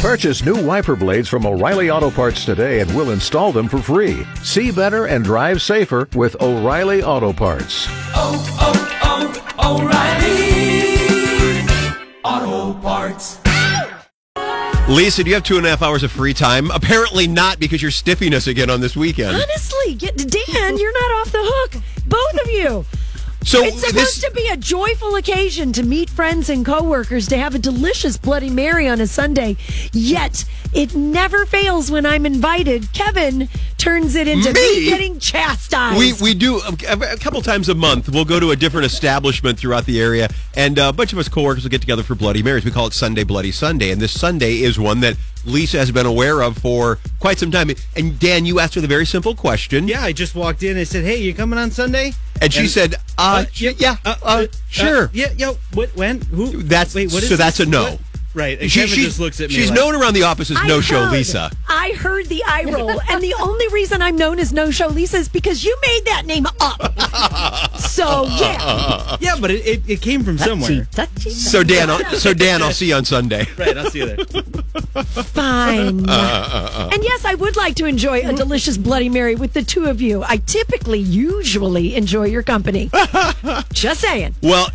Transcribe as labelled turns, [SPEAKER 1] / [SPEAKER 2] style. [SPEAKER 1] Purchase new wiper blades from O'Reilly Auto Parts today and we'll install them for free. See better and drive safer with O'Reilly Auto Parts.
[SPEAKER 2] Oh, oh, oh, O'Reilly Auto Parts.
[SPEAKER 3] Lisa, do you have two and a half hours of free time? Apparently not, because you're stiffing us again on this weekend.
[SPEAKER 4] Honestly, get, Dan, you're not off the hook. Both of you.
[SPEAKER 3] So
[SPEAKER 4] It's supposed
[SPEAKER 3] this,
[SPEAKER 4] to be a joyful occasion to meet friends and coworkers to have a delicious Bloody Mary on a Sunday. Yet it never fails when I'm invited. Kevin turns it into me,
[SPEAKER 3] Me?
[SPEAKER 4] getting chastised.
[SPEAKER 3] we we do a, a couple times a month. We'll go to a different establishment throughout the area, and uh, a bunch of us coworkers will get together for Bloody Marys. We call it Sunday Bloody Sunday, and this Sunday is one that Lisa has been aware of for quite some time. And Dan, you asked her the very simple question.
[SPEAKER 5] Yeah, I just walked in. I said, "Hey, you coming on Sunday?"
[SPEAKER 3] And she said, uh,
[SPEAKER 5] yeah,
[SPEAKER 3] yeah, uh, sure.
[SPEAKER 5] yeah, yo, what, when, who?"
[SPEAKER 3] That's so. that's a no.
[SPEAKER 5] What? Right. And Kevin just looks at me.
[SPEAKER 3] She's
[SPEAKER 5] like,
[SPEAKER 3] known around the office as
[SPEAKER 4] I
[SPEAKER 3] No Show
[SPEAKER 4] heard-
[SPEAKER 3] Lisa.
[SPEAKER 4] I heard the eye roll, and the only reason I'm known as No Show Lisa is because you made that name up. so yeah,
[SPEAKER 5] "Oh." Yeah, but it, it, it came from somewhere.
[SPEAKER 4] Touchy, touchy.
[SPEAKER 3] So Dan, I'll, so Dan, I'll see you on Sunday.
[SPEAKER 5] Right. I'll see you there.
[SPEAKER 4] fine. And yes, I would like to enjoy a delicious Bloody Mary with the two of you. I typically, usually enjoy your company. Just saying.
[SPEAKER 3] Well,